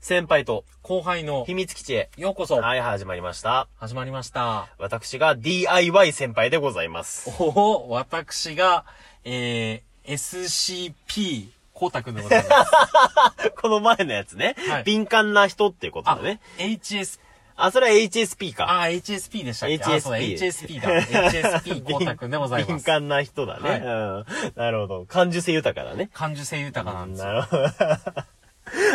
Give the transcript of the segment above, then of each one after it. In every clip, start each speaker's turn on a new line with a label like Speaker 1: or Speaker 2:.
Speaker 1: 先輩と
Speaker 2: 後輩の
Speaker 1: 秘密基地へ。
Speaker 2: ようこそ
Speaker 1: はい、始まりました。
Speaker 2: 始まりました。
Speaker 1: 私が DIY 先輩でございます。
Speaker 2: おお、私が、えー、SCP 光太くんでござい ます。
Speaker 1: この前のやつね。
Speaker 2: はい
Speaker 1: 敏感な人っていうこと
Speaker 2: あ
Speaker 1: だね。、
Speaker 2: HS、
Speaker 1: あ、それは HSP か。
Speaker 2: あ、HSP でしたっけ
Speaker 1: HSP
Speaker 2: あ、そうだ、HSP だ。HSP 光太くんでございま
Speaker 1: 敏
Speaker 2: す。
Speaker 1: 感な人だね。
Speaker 2: はい
Speaker 1: うん。なるほど。感受性豊かだね。
Speaker 2: 感受性豊かなんですよ。
Speaker 1: なるほど。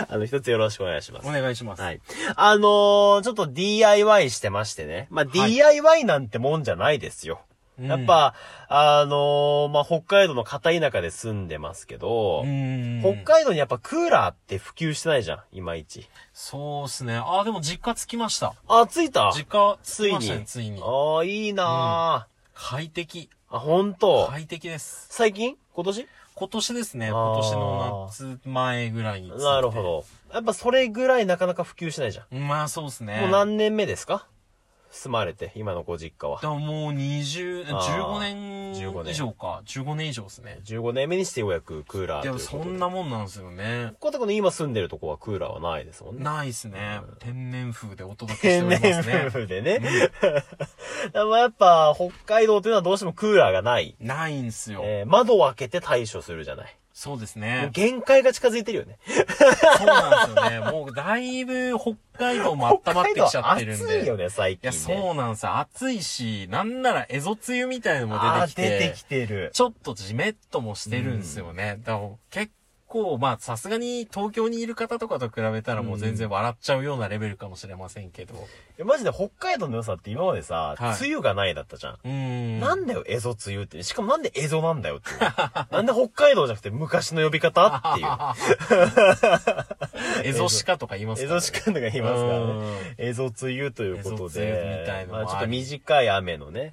Speaker 1: あの、一つよろしくお願いします
Speaker 2: お。願いします。
Speaker 1: はい。あのー、ちょっと DIY してましてね。まあ、
Speaker 2: はい
Speaker 1: DIY なんてもんじゃないですよ。
Speaker 2: うん
Speaker 1: やっ、ぱ、あのー、まあ、北海道の片田舎で住んでますけど、
Speaker 2: うん。
Speaker 1: 北海道にやっぱクーラーって普及してないじゃん、いまいち。
Speaker 2: そうっすね。あ、でも実家着きました。
Speaker 1: あ、着いた
Speaker 2: 実家
Speaker 1: つ
Speaker 2: 着き
Speaker 1: い
Speaker 2: ましたね、
Speaker 1: に。
Speaker 2: ついに。
Speaker 1: ああ、いいな
Speaker 2: 快適。
Speaker 1: ー、あ、ほんと。
Speaker 2: 快適です。
Speaker 1: 最近今年
Speaker 2: 今年ですね。
Speaker 1: あー
Speaker 2: 今年の夏前ぐらいに着いて。
Speaker 1: なるほど。やっぱそれぐらいなかなか普及しないじゃん。
Speaker 2: まあそうですね。
Speaker 1: もう何年目ですか住まれて、今のご実家は
Speaker 2: だ。からもう20、
Speaker 1: あー
Speaker 2: 15年
Speaker 1: 15年
Speaker 2: 以上か。15年以上ですね。
Speaker 1: 15年目にしてようやくクーラーと
Speaker 2: で
Speaker 1: いう
Speaker 2: も
Speaker 1: ことで。
Speaker 2: そんなもんなんですよね。
Speaker 1: ここの今住んでるとこはクーラーはないですもんね。
Speaker 2: ないっすね。天然風でお届けして
Speaker 1: 天
Speaker 2: おりま
Speaker 1: 然
Speaker 2: すね。
Speaker 1: 風でね。 でもやっぱ北海道というのはどうしてもクーラーがない。
Speaker 2: ないんすよ。
Speaker 1: えー窓を開けて対処するじゃない。
Speaker 2: そうです
Speaker 1: もう
Speaker 2: ね。
Speaker 1: 限界が近づいてるよね。
Speaker 2: そうなんですよね。もうだいぶ北海道も温まってきちゃってるん
Speaker 1: 北海道暑
Speaker 2: で。
Speaker 1: いよね、最
Speaker 2: いや、
Speaker 1: 近ね。
Speaker 2: そうなんですよ。暑いし、なんならエゾ梅雨みたいのも
Speaker 1: あー
Speaker 2: 出てきて。
Speaker 1: 出てきてる。
Speaker 2: ちょっとじめっともしてるんですよね。だから結構、まあさすがに東京にいる方とかと比べたらもう全然笑っちゃうようなレベルかもしれませんけど。
Speaker 1: いやマジで北海道の良さって今までさ、
Speaker 2: はい
Speaker 1: 梅雨がないだったじゃん。
Speaker 2: うーん。
Speaker 1: なんだよ、エゾ梅雨って。しかもなんでエゾなんだよっていう。 なんで北海道じゃなくて昔の呼び方って いう。
Speaker 2: エゾシカとか言います
Speaker 1: エ
Speaker 2: か、ね、
Speaker 1: ゾシカンドが言いますからね。
Speaker 2: ね。
Speaker 1: エゾ梅雨ということ
Speaker 2: エゾ梅
Speaker 1: で
Speaker 2: 雨みたい、のも
Speaker 1: ま
Speaker 2: あ
Speaker 1: あ
Speaker 2: り
Speaker 1: ちょっと短い雨のね
Speaker 2: う、ん。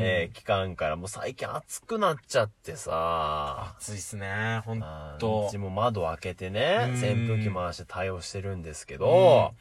Speaker 1: えー期間からもう最近暑くなっちゃってさ、
Speaker 2: 暑いっすね、ほん
Speaker 1: あーう
Speaker 2: と
Speaker 1: ち。も窓開けてね、
Speaker 2: うん
Speaker 1: 扇風機回して対応してるんですけど、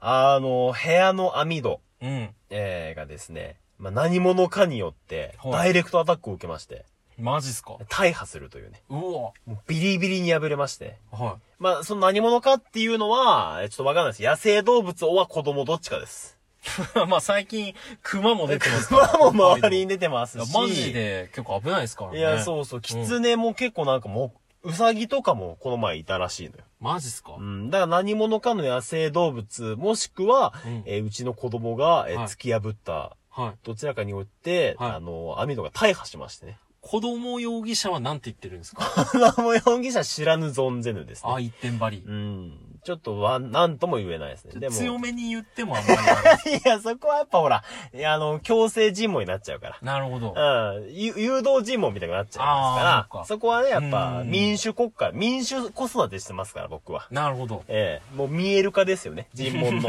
Speaker 1: あの、部屋の網戸、
Speaker 2: うん。
Speaker 1: えーがですね、まあ、何者かによって、
Speaker 2: はい
Speaker 1: ダイレクトアタックを受けまして、
Speaker 2: マジっすか
Speaker 1: 大破するというね、
Speaker 2: うわ。
Speaker 1: もうビリビリに破れまして、
Speaker 2: は
Speaker 1: まあ、その何者かっていうのは、えーちょっとわかんないです。野生動物は子供どっちかです。
Speaker 2: い。 まあ最近、熊も出てますから。
Speaker 1: 熊も周りに出てま
Speaker 2: い
Speaker 1: す
Speaker 2: や
Speaker 1: し。
Speaker 2: マジで結構危ないですからね。
Speaker 1: いや、そうそう。キツネも結構なんかもう、ウサギとかもこの前いたらしいのよ。
Speaker 2: マジっすか
Speaker 1: うん。だから何者かの野生動物、もしくは、
Speaker 2: うん
Speaker 1: えーうちの子供が、えー
Speaker 2: はい
Speaker 1: 突き破った、
Speaker 2: はい。
Speaker 1: どちらかによって、
Speaker 2: はい
Speaker 1: あの、網戸が大破しましてね。
Speaker 2: 子供容疑者はなんて言ってるんですか
Speaker 1: 花も容疑者知らぬ存ぜぬですね。
Speaker 2: あ、一点張り
Speaker 1: う。ん。ちょっとは、なんとも言え ないですね。でも。
Speaker 2: 強めに言ってもあんまりあれです
Speaker 1: いや、そこはやっぱほら、いやあの、強制尋問になっちゃうから。
Speaker 2: なるほど。
Speaker 1: うん、ゆ誘導尋問みたいになっちゃいます
Speaker 2: あー
Speaker 1: から、
Speaker 2: そっか
Speaker 1: そこはね、やっぱ
Speaker 2: うん
Speaker 1: 民主国家、民主子育てしてますから、僕は。
Speaker 2: なるほど。
Speaker 1: ええもう見える化ですよね、尋 問の。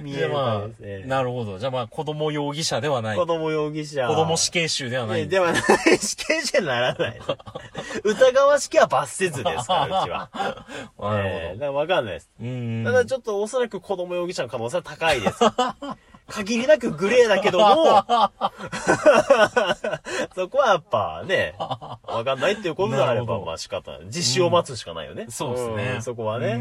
Speaker 1: 見え
Speaker 2: で
Speaker 1: る化
Speaker 2: ま
Speaker 1: ですね
Speaker 2: あ、。なるほど。じゃあまあ、子供容疑者ではない。
Speaker 1: 子
Speaker 2: 子
Speaker 1: 供容疑者。
Speaker 2: 供死刑囚ではな
Speaker 1: ええ
Speaker 2: い。
Speaker 1: ではない、死刑者にならない。疑わしきは罰せずですから、うちは。
Speaker 2: な
Speaker 1: ええ
Speaker 2: る
Speaker 1: だからわかんないです。
Speaker 2: ほど。うん。
Speaker 1: ただちょっとおそらく子供容疑者の可能性は高い です。限りなくグレーだけども、そこはやっぱね、わかんないっていうことであれ
Speaker 2: なるほ
Speaker 1: ば、
Speaker 2: ど
Speaker 1: まあ仕方ない。実施を待つしかないよね。
Speaker 2: そうですね
Speaker 1: んそこはね。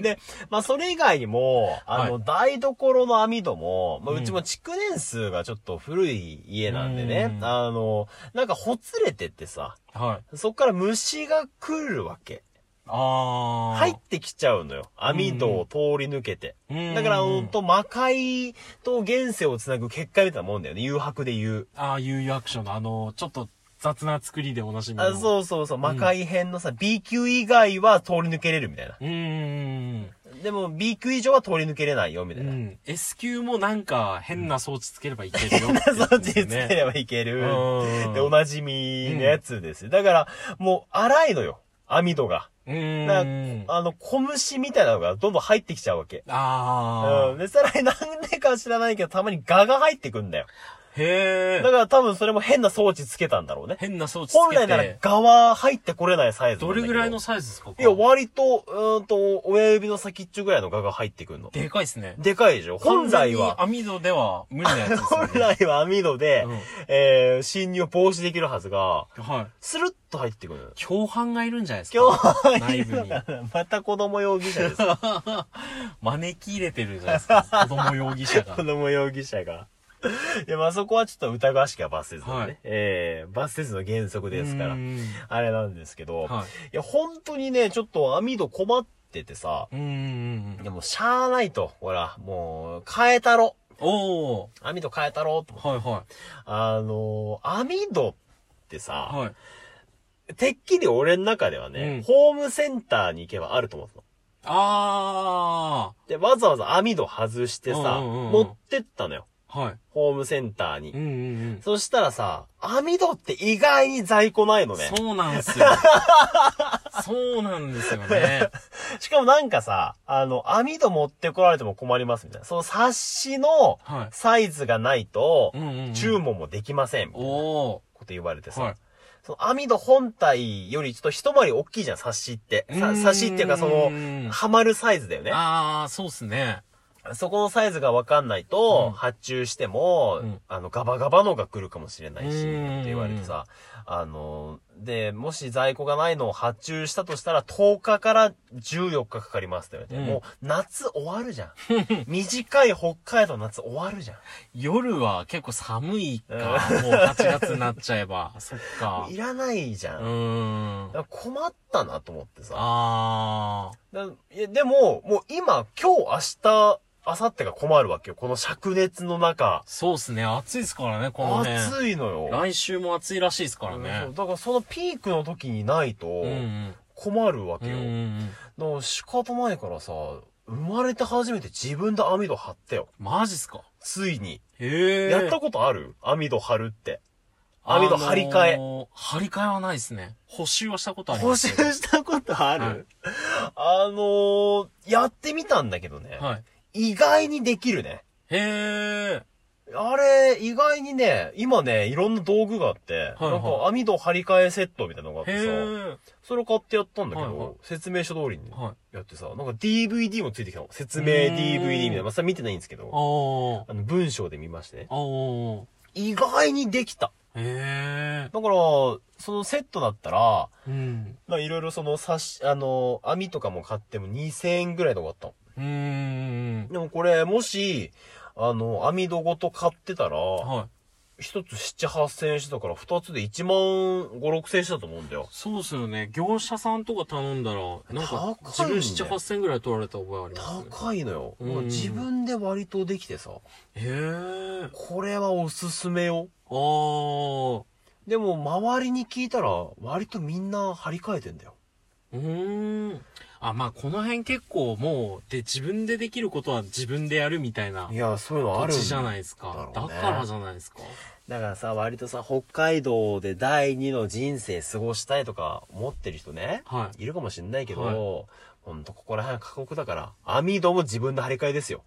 Speaker 1: で、まあそれ以外にも、あの、
Speaker 2: は
Speaker 1: 台所の網戸も、まあ
Speaker 2: うん
Speaker 1: うちも築年数がちょっと古い家なんでね、
Speaker 2: うん
Speaker 1: あの、なんかほつれてってさ、
Speaker 2: はい。
Speaker 1: そこから虫が来るわけ。
Speaker 2: あー。
Speaker 1: 入っ。てきちゃうのよ。網戸を通り抜けて。
Speaker 2: うん
Speaker 1: だから、ほんと、魔界と現世をつなぐ結界みたいなもんだよね。誘白で言う。
Speaker 2: あー、悠々アクションのあの、ちょっと雑な作りでおなじみの。
Speaker 1: あそうそうそう、魔界編のさ、B 級以外は通り抜けれるみたいな。
Speaker 2: う。うん。
Speaker 1: でも、B 級以上は通り抜けれないよ、みた
Speaker 2: う
Speaker 1: いな。
Speaker 2: ん。S 級もなんか変な装置つければいけるよってやつですね。
Speaker 1: そっちつければいける。
Speaker 2: うん
Speaker 1: で、おなじみのやつですよ。だから、もう、荒いのよ。網戸が。
Speaker 2: うー
Speaker 1: だ
Speaker 2: ん。
Speaker 1: あの、小虫みたいなのがどんどん入ってきちゃうわけ。
Speaker 2: あ
Speaker 1: うん。
Speaker 2: ー。
Speaker 1: で、さらになんでか知らないけど、たまにガが入ってくんだよ。
Speaker 2: へ
Speaker 1: だか
Speaker 2: え。
Speaker 1: ら多分それも変な装置つけたんだろうね。
Speaker 2: 変な装置つ
Speaker 1: 本
Speaker 2: け
Speaker 1: 来なら
Speaker 2: て、
Speaker 1: 側入ってこれないサイズなん
Speaker 2: ど
Speaker 1: だけ
Speaker 2: れぐらいのサイズですか
Speaker 1: いや、割と、うーんと、親指の先っちょぐらいの側が入ってくるの。
Speaker 2: でかいですね。
Speaker 1: でかいでしょ本来は。
Speaker 2: 完全に網戸では無理なやつですよ
Speaker 1: 本
Speaker 2: ね。
Speaker 1: 来は網戸で、
Speaker 2: うん
Speaker 1: えー、侵入を防止できるはずが、
Speaker 2: はい。
Speaker 1: スルッと入ってくる。
Speaker 2: 共犯がいるんじゃないですか
Speaker 1: 共犯
Speaker 2: 内部に。
Speaker 1: また子供容疑者 です。
Speaker 2: 招き入れてるじゃないですか。子供容疑者が
Speaker 1: 子。供容疑者が。いや、まあ、そこはちょっと疑わしきは罰せずのね。
Speaker 2: はい
Speaker 1: ええ罰せずの原則ですから
Speaker 2: う。ーん
Speaker 1: あれなんですけど、、
Speaker 2: はい
Speaker 1: や、本当にね、ちょっと網戸困っててさ、
Speaker 2: い。うー
Speaker 1: いや、
Speaker 2: ん。
Speaker 1: もうしゃーないと。ほら、もう、変えたろ。
Speaker 2: おー。
Speaker 1: 網戸変えたろと。
Speaker 2: はいは
Speaker 1: あのー網戸って
Speaker 2: い。
Speaker 1: さ、
Speaker 2: はい。
Speaker 1: てっきり俺の中ではね、
Speaker 2: うん
Speaker 1: ホームセンターに行けばあると思ってたの。
Speaker 2: あ
Speaker 1: で、わざわざ網戸外してさ、
Speaker 2: うんうんうん
Speaker 1: 持ってったのよ。
Speaker 2: ー。はい。
Speaker 1: ホームセンターに。
Speaker 2: うんうん
Speaker 1: そしたらさ、網戸って意外に在庫ないの
Speaker 2: うん。
Speaker 1: ね。
Speaker 2: そうな んすよ。そうなんですよね。
Speaker 1: しかもなんかさ、あの、網戸持ってこられても困りますみたいな。その冊子の
Speaker 2: はい。
Speaker 1: サイズがないと
Speaker 2: う、んうんうん。
Speaker 1: 注文もできませんみたいな
Speaker 2: お
Speaker 1: こと言われて
Speaker 2: ー。は
Speaker 1: さ。その網戸本体よりちょっと一回り大きいじゃん、冊子って。
Speaker 2: い。
Speaker 1: さ冊子っていうかそうの、
Speaker 2: ーん
Speaker 1: はまるサイズだよね。
Speaker 2: あー、そうっすね。
Speaker 1: そこのサイズがわかんないと、
Speaker 2: うん
Speaker 1: 発注しても、
Speaker 2: うん
Speaker 1: あの、ガバガバのが来るかもしれないし、っ
Speaker 2: うん
Speaker 1: て言われてさ、あの、で、もし在庫がないのを発注したとしたら、10日から14日かかりますって言われて、
Speaker 2: うん
Speaker 1: もう、夏終わるじゃ ん。短い北海道の夏終わるじゃん。
Speaker 2: 夜は結構寒いか。もう8月になっちゃえば。 そっか。
Speaker 1: いらないじゃ。
Speaker 2: うん
Speaker 1: だ
Speaker 2: ーん
Speaker 1: か。ら困ったなと思ってさ。
Speaker 2: あ
Speaker 1: だいやでも、もう今、今日、明日、明後日が困るわけよ。この灼熱の中
Speaker 2: ー。。そうっすね。暑いですからね、このね。
Speaker 1: 暑いのよ。
Speaker 2: 来週も暑いらしいですから
Speaker 1: そう
Speaker 2: ね。
Speaker 1: だからそのピークの時にないと
Speaker 2: うんうん。
Speaker 1: 困るわ
Speaker 2: う
Speaker 1: け
Speaker 2: んう
Speaker 1: よ。
Speaker 2: んうん。
Speaker 1: だから仕方ないからさ、生まれて初めて自分で網戸張ったよ。
Speaker 2: マジっすか
Speaker 1: ついに。
Speaker 2: へえ。
Speaker 1: やったことある網戸張るって。網戸張り替え
Speaker 2: あのー張り替えはないですね。補修はしたことあり
Speaker 1: 補
Speaker 2: ます
Speaker 1: 修
Speaker 2: けど。
Speaker 1: したことある、
Speaker 2: はい
Speaker 1: あのー、やってみたんだけどね。
Speaker 2: はい。
Speaker 1: 意外にできるね。
Speaker 2: へえ。
Speaker 1: あれ、意外にね、今ね、いろんな道具があって、
Speaker 2: はい
Speaker 1: なんか網戸張り替えセットみたいなのがあっ
Speaker 2: へ
Speaker 1: てさ、
Speaker 2: え。
Speaker 1: それを買ってやったんだけど、
Speaker 2: はいはい
Speaker 1: 説明書通りにね
Speaker 2: はい。
Speaker 1: やってさ、なんか DVD もついてきたの。説明 DVD みたいな。まあ、それ見てないんですけど、
Speaker 2: あ
Speaker 1: あの、文章で見ましてね
Speaker 2: あ。。あ
Speaker 1: 意外にできた。
Speaker 2: あ。へえ。
Speaker 1: だから、そのセットだったら、
Speaker 2: うん。
Speaker 1: なんかいろいろその差し、あの、網とかも買っても2000円ぐらいで終わったの。
Speaker 2: うーん。
Speaker 1: でもこれ、もし、あの、網戸ごと買ってたら、
Speaker 2: はい。
Speaker 1: 一つ7、8000円してたから、二つで1万5、6000円してたと思うんだよ。
Speaker 2: そうっすよね。業者さんとか頼んだら、なんか、
Speaker 1: 高
Speaker 2: 自
Speaker 1: いね
Speaker 2: 分7、8000ぐらい取られた覚えあります、ね。
Speaker 1: 高いのよ。
Speaker 2: うん
Speaker 1: なんか自分で割とできてさ、
Speaker 2: へえ。
Speaker 1: これはおすすめよ。
Speaker 2: ああ。
Speaker 1: でも、周りに聞いたら、割とみんな張り替えてんだよ。、
Speaker 2: うーん。あ、まあ、この辺結構もう、で、自分でできることは自分でやるみたいない
Speaker 1: や、そういうのあ
Speaker 2: 土
Speaker 1: るん。
Speaker 2: 地じゃないいですか。
Speaker 1: だろ
Speaker 2: だ
Speaker 1: うね
Speaker 2: からじゃないですか。
Speaker 1: だからさ、割とさ、北海道で第二の人生過ごしたいとか思ってる人ね、
Speaker 2: はい
Speaker 1: るかもしんないけど、
Speaker 2: はい
Speaker 1: ほんとここら辺は過酷だから、網戸も自分の張り替え ですよ。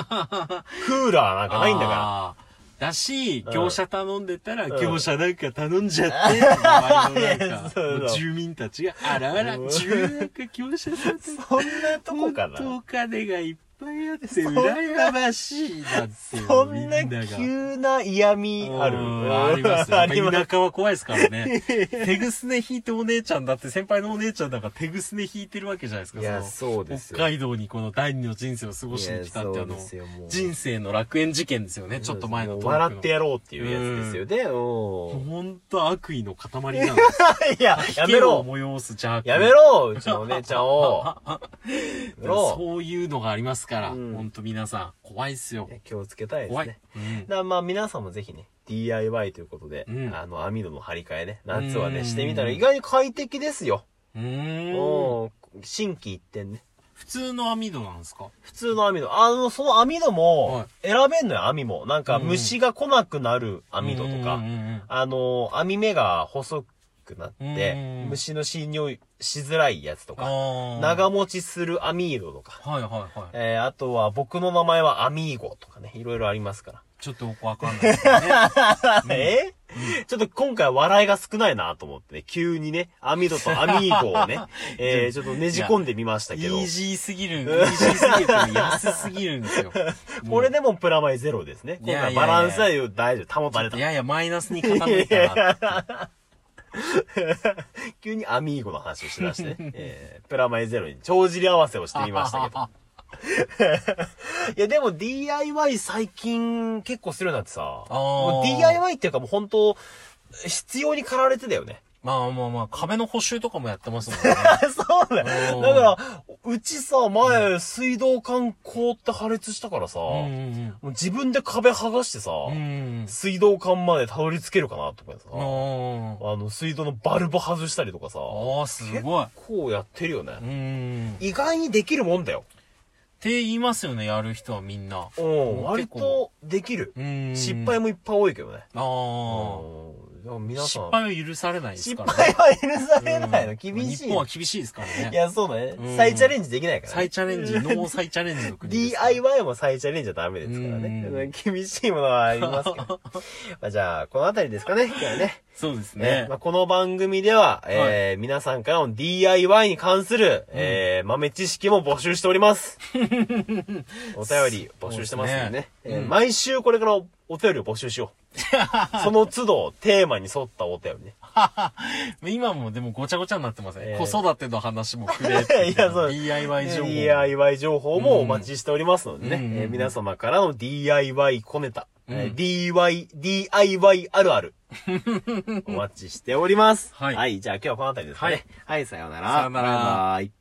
Speaker 1: クーラーなんかないんだから。
Speaker 2: ら。だし、
Speaker 1: うん
Speaker 2: 業者頼んでたら、
Speaker 1: ん
Speaker 2: 業者なんか頼んじゃって、周りの
Speaker 1: い
Speaker 2: な
Speaker 1: や
Speaker 2: ん
Speaker 1: そう
Speaker 2: か、
Speaker 1: そう
Speaker 2: 住民たちが、あらあら、
Speaker 1: うん
Speaker 2: 自分なんか業者さんと
Speaker 1: そんなとこか
Speaker 2: ほんと
Speaker 1: な
Speaker 2: お金がいっぱいあって、
Speaker 1: んな
Speaker 2: 羨ましいなっていう。
Speaker 1: そんな
Speaker 2: みが
Speaker 1: 急な嫌味ある
Speaker 2: うんあります よ。
Speaker 1: あ
Speaker 2: やっぱ
Speaker 1: ります
Speaker 2: 田舎は怖いですからね。手ぐすね引いてお姉ちゃんだって、先輩のお姉ちゃんだから手ぐすね引いてるわけじゃないですか。
Speaker 1: いや、
Speaker 2: その
Speaker 1: そうです
Speaker 2: 北
Speaker 1: よ。
Speaker 2: 海道にこの第二の人生を過ごしに来たっていうあ
Speaker 1: いやそう
Speaker 2: の
Speaker 1: ですよも、う
Speaker 2: 人生の楽園事件ですよね。ちょっと前のトークの
Speaker 1: 笑ってやろうっていうやつですよね。うん
Speaker 2: ほんと悪意の塊 なんです。
Speaker 1: いや、やめろ
Speaker 2: 危険を催す邪悪。
Speaker 1: やめろうちのお姉ちゃん を。やめろ
Speaker 2: そういうのがありますから、
Speaker 1: うん
Speaker 2: ほんと皆さん、怖いっすよ
Speaker 1: い。や気をつけたいです
Speaker 2: 怖
Speaker 1: ね
Speaker 2: い。。うん
Speaker 1: だからまあ皆さんもぜひね、DIY ということで、
Speaker 2: うん
Speaker 1: あの網戸の張り替えね、夏は
Speaker 2: う
Speaker 1: ね、
Speaker 2: ん
Speaker 1: してみたら意外に快適ですよ。
Speaker 2: うーん。
Speaker 1: おー新規一点ね。
Speaker 2: 普通の網戸なんですか
Speaker 1: 普通の網戸。あの、その網戸
Speaker 2: は
Speaker 1: も
Speaker 2: い、
Speaker 1: 選べんのよ、網も。なんか虫が来なくなる網戸と
Speaker 2: うんう
Speaker 1: か
Speaker 2: ん、うんうん
Speaker 1: あの、網目が細くなって
Speaker 2: う、ん
Speaker 1: 虫の侵入しづらいやつと
Speaker 2: あ
Speaker 1: か、
Speaker 2: ー
Speaker 1: 長持ちする網戸とか。
Speaker 2: はいはいはい。
Speaker 1: えー、あとは僕の名前はアミーゴとかね、いろいろありますから。
Speaker 2: ちょっとよくわかんないですよね。う ん
Speaker 1: えちょっと今回笑いが少ないなと思ってね、急にね、アミドとアミーゴを ね、えー、ちょっとねじ込んでみました
Speaker 2: イ
Speaker 1: けど、
Speaker 2: ージーすぎる、イージーすぎるけど安すぎるん ですよ。
Speaker 1: これでもプラマイゼロですね。
Speaker 2: い
Speaker 1: 今
Speaker 2: やいや
Speaker 1: 回
Speaker 2: いや
Speaker 1: バランスは大丈夫、保たれた
Speaker 2: い。やいや、マイナスに傾いたなって。
Speaker 1: 急にアミーゴの話をしだ してね、えー、プラマイゼロに帳尻合わせをしてみましたけど。いや、でも DIY 最近結構するようになってさ、
Speaker 2: ー
Speaker 1: もう DIY っていうかもう本当必要に駆られてだよ ね。
Speaker 2: まあまあまあ、壁の補修とかもやってますもんね。
Speaker 1: そうだ
Speaker 2: う
Speaker 1: よ。
Speaker 2: ん
Speaker 1: だから、うちさ、前、水道管凍って破裂したからさ、
Speaker 2: うん
Speaker 1: もう自分で壁剥がしてさ、
Speaker 2: うんうん。うん
Speaker 1: 水道管までたどり着けるかなとかさ、
Speaker 2: うん。
Speaker 1: あの、水道のバルブ外したりとかさ、
Speaker 2: ああ、すごい。
Speaker 1: こうやってるよね
Speaker 2: う。ん。っ
Speaker 1: 意外にできるもんだよ。
Speaker 2: て言いますよね、やる人はみんな。
Speaker 1: うん、
Speaker 2: ん
Speaker 1: 割とできる。
Speaker 2: うん。
Speaker 1: 失敗
Speaker 2: も。
Speaker 1: もいっぱい多いけどね。
Speaker 2: あ
Speaker 1: うん。だから
Speaker 2: あ。
Speaker 1: 皆
Speaker 2: 失
Speaker 1: さん、
Speaker 2: 敗は許されないです
Speaker 1: 失
Speaker 2: からね。
Speaker 1: 敗は許されないの。
Speaker 2: うん
Speaker 1: 厳しい。
Speaker 2: 日本は厳しいですから
Speaker 1: い
Speaker 2: ね。
Speaker 1: や、そうだね
Speaker 2: う。ん
Speaker 1: 再チャレンジできないからね。
Speaker 2: 再チャレンジ、ノー再チャレンジの国ですから。
Speaker 1: DIY も再チャレンジはダメですから
Speaker 2: う
Speaker 1: ね
Speaker 2: ん。
Speaker 1: 厳しいものはありますけ ど。まあじゃあ、このあたりですかね、今日はね。
Speaker 2: そうです
Speaker 1: ね
Speaker 2: ね
Speaker 1: ま。あ、この番組では、えー皆さんからの DIY に関する、えー豆知識も募集しており ます。お便り募集してますんでね。
Speaker 2: そうですね
Speaker 1: えー
Speaker 2: うん
Speaker 1: 毎週これからお便りを募集しよ う。その都度テーマに沿ったお便りね。
Speaker 2: 今もでもごちゃごちゃになってません。
Speaker 1: ええ
Speaker 2: 子育ての話もくれ
Speaker 1: いやそう
Speaker 2: DIY 情報。
Speaker 1: DIY 情報もお待ちしておりますのでね、
Speaker 2: うん
Speaker 1: えー皆様からの DIY 小ネタ、えー
Speaker 2: うん
Speaker 1: DIY、DIY あるあ る、お待ちしております。
Speaker 2: はい
Speaker 1: じゃあ今日はこの辺りですかね。はい、さようなら。
Speaker 2: さようなら
Speaker 1: バイバイ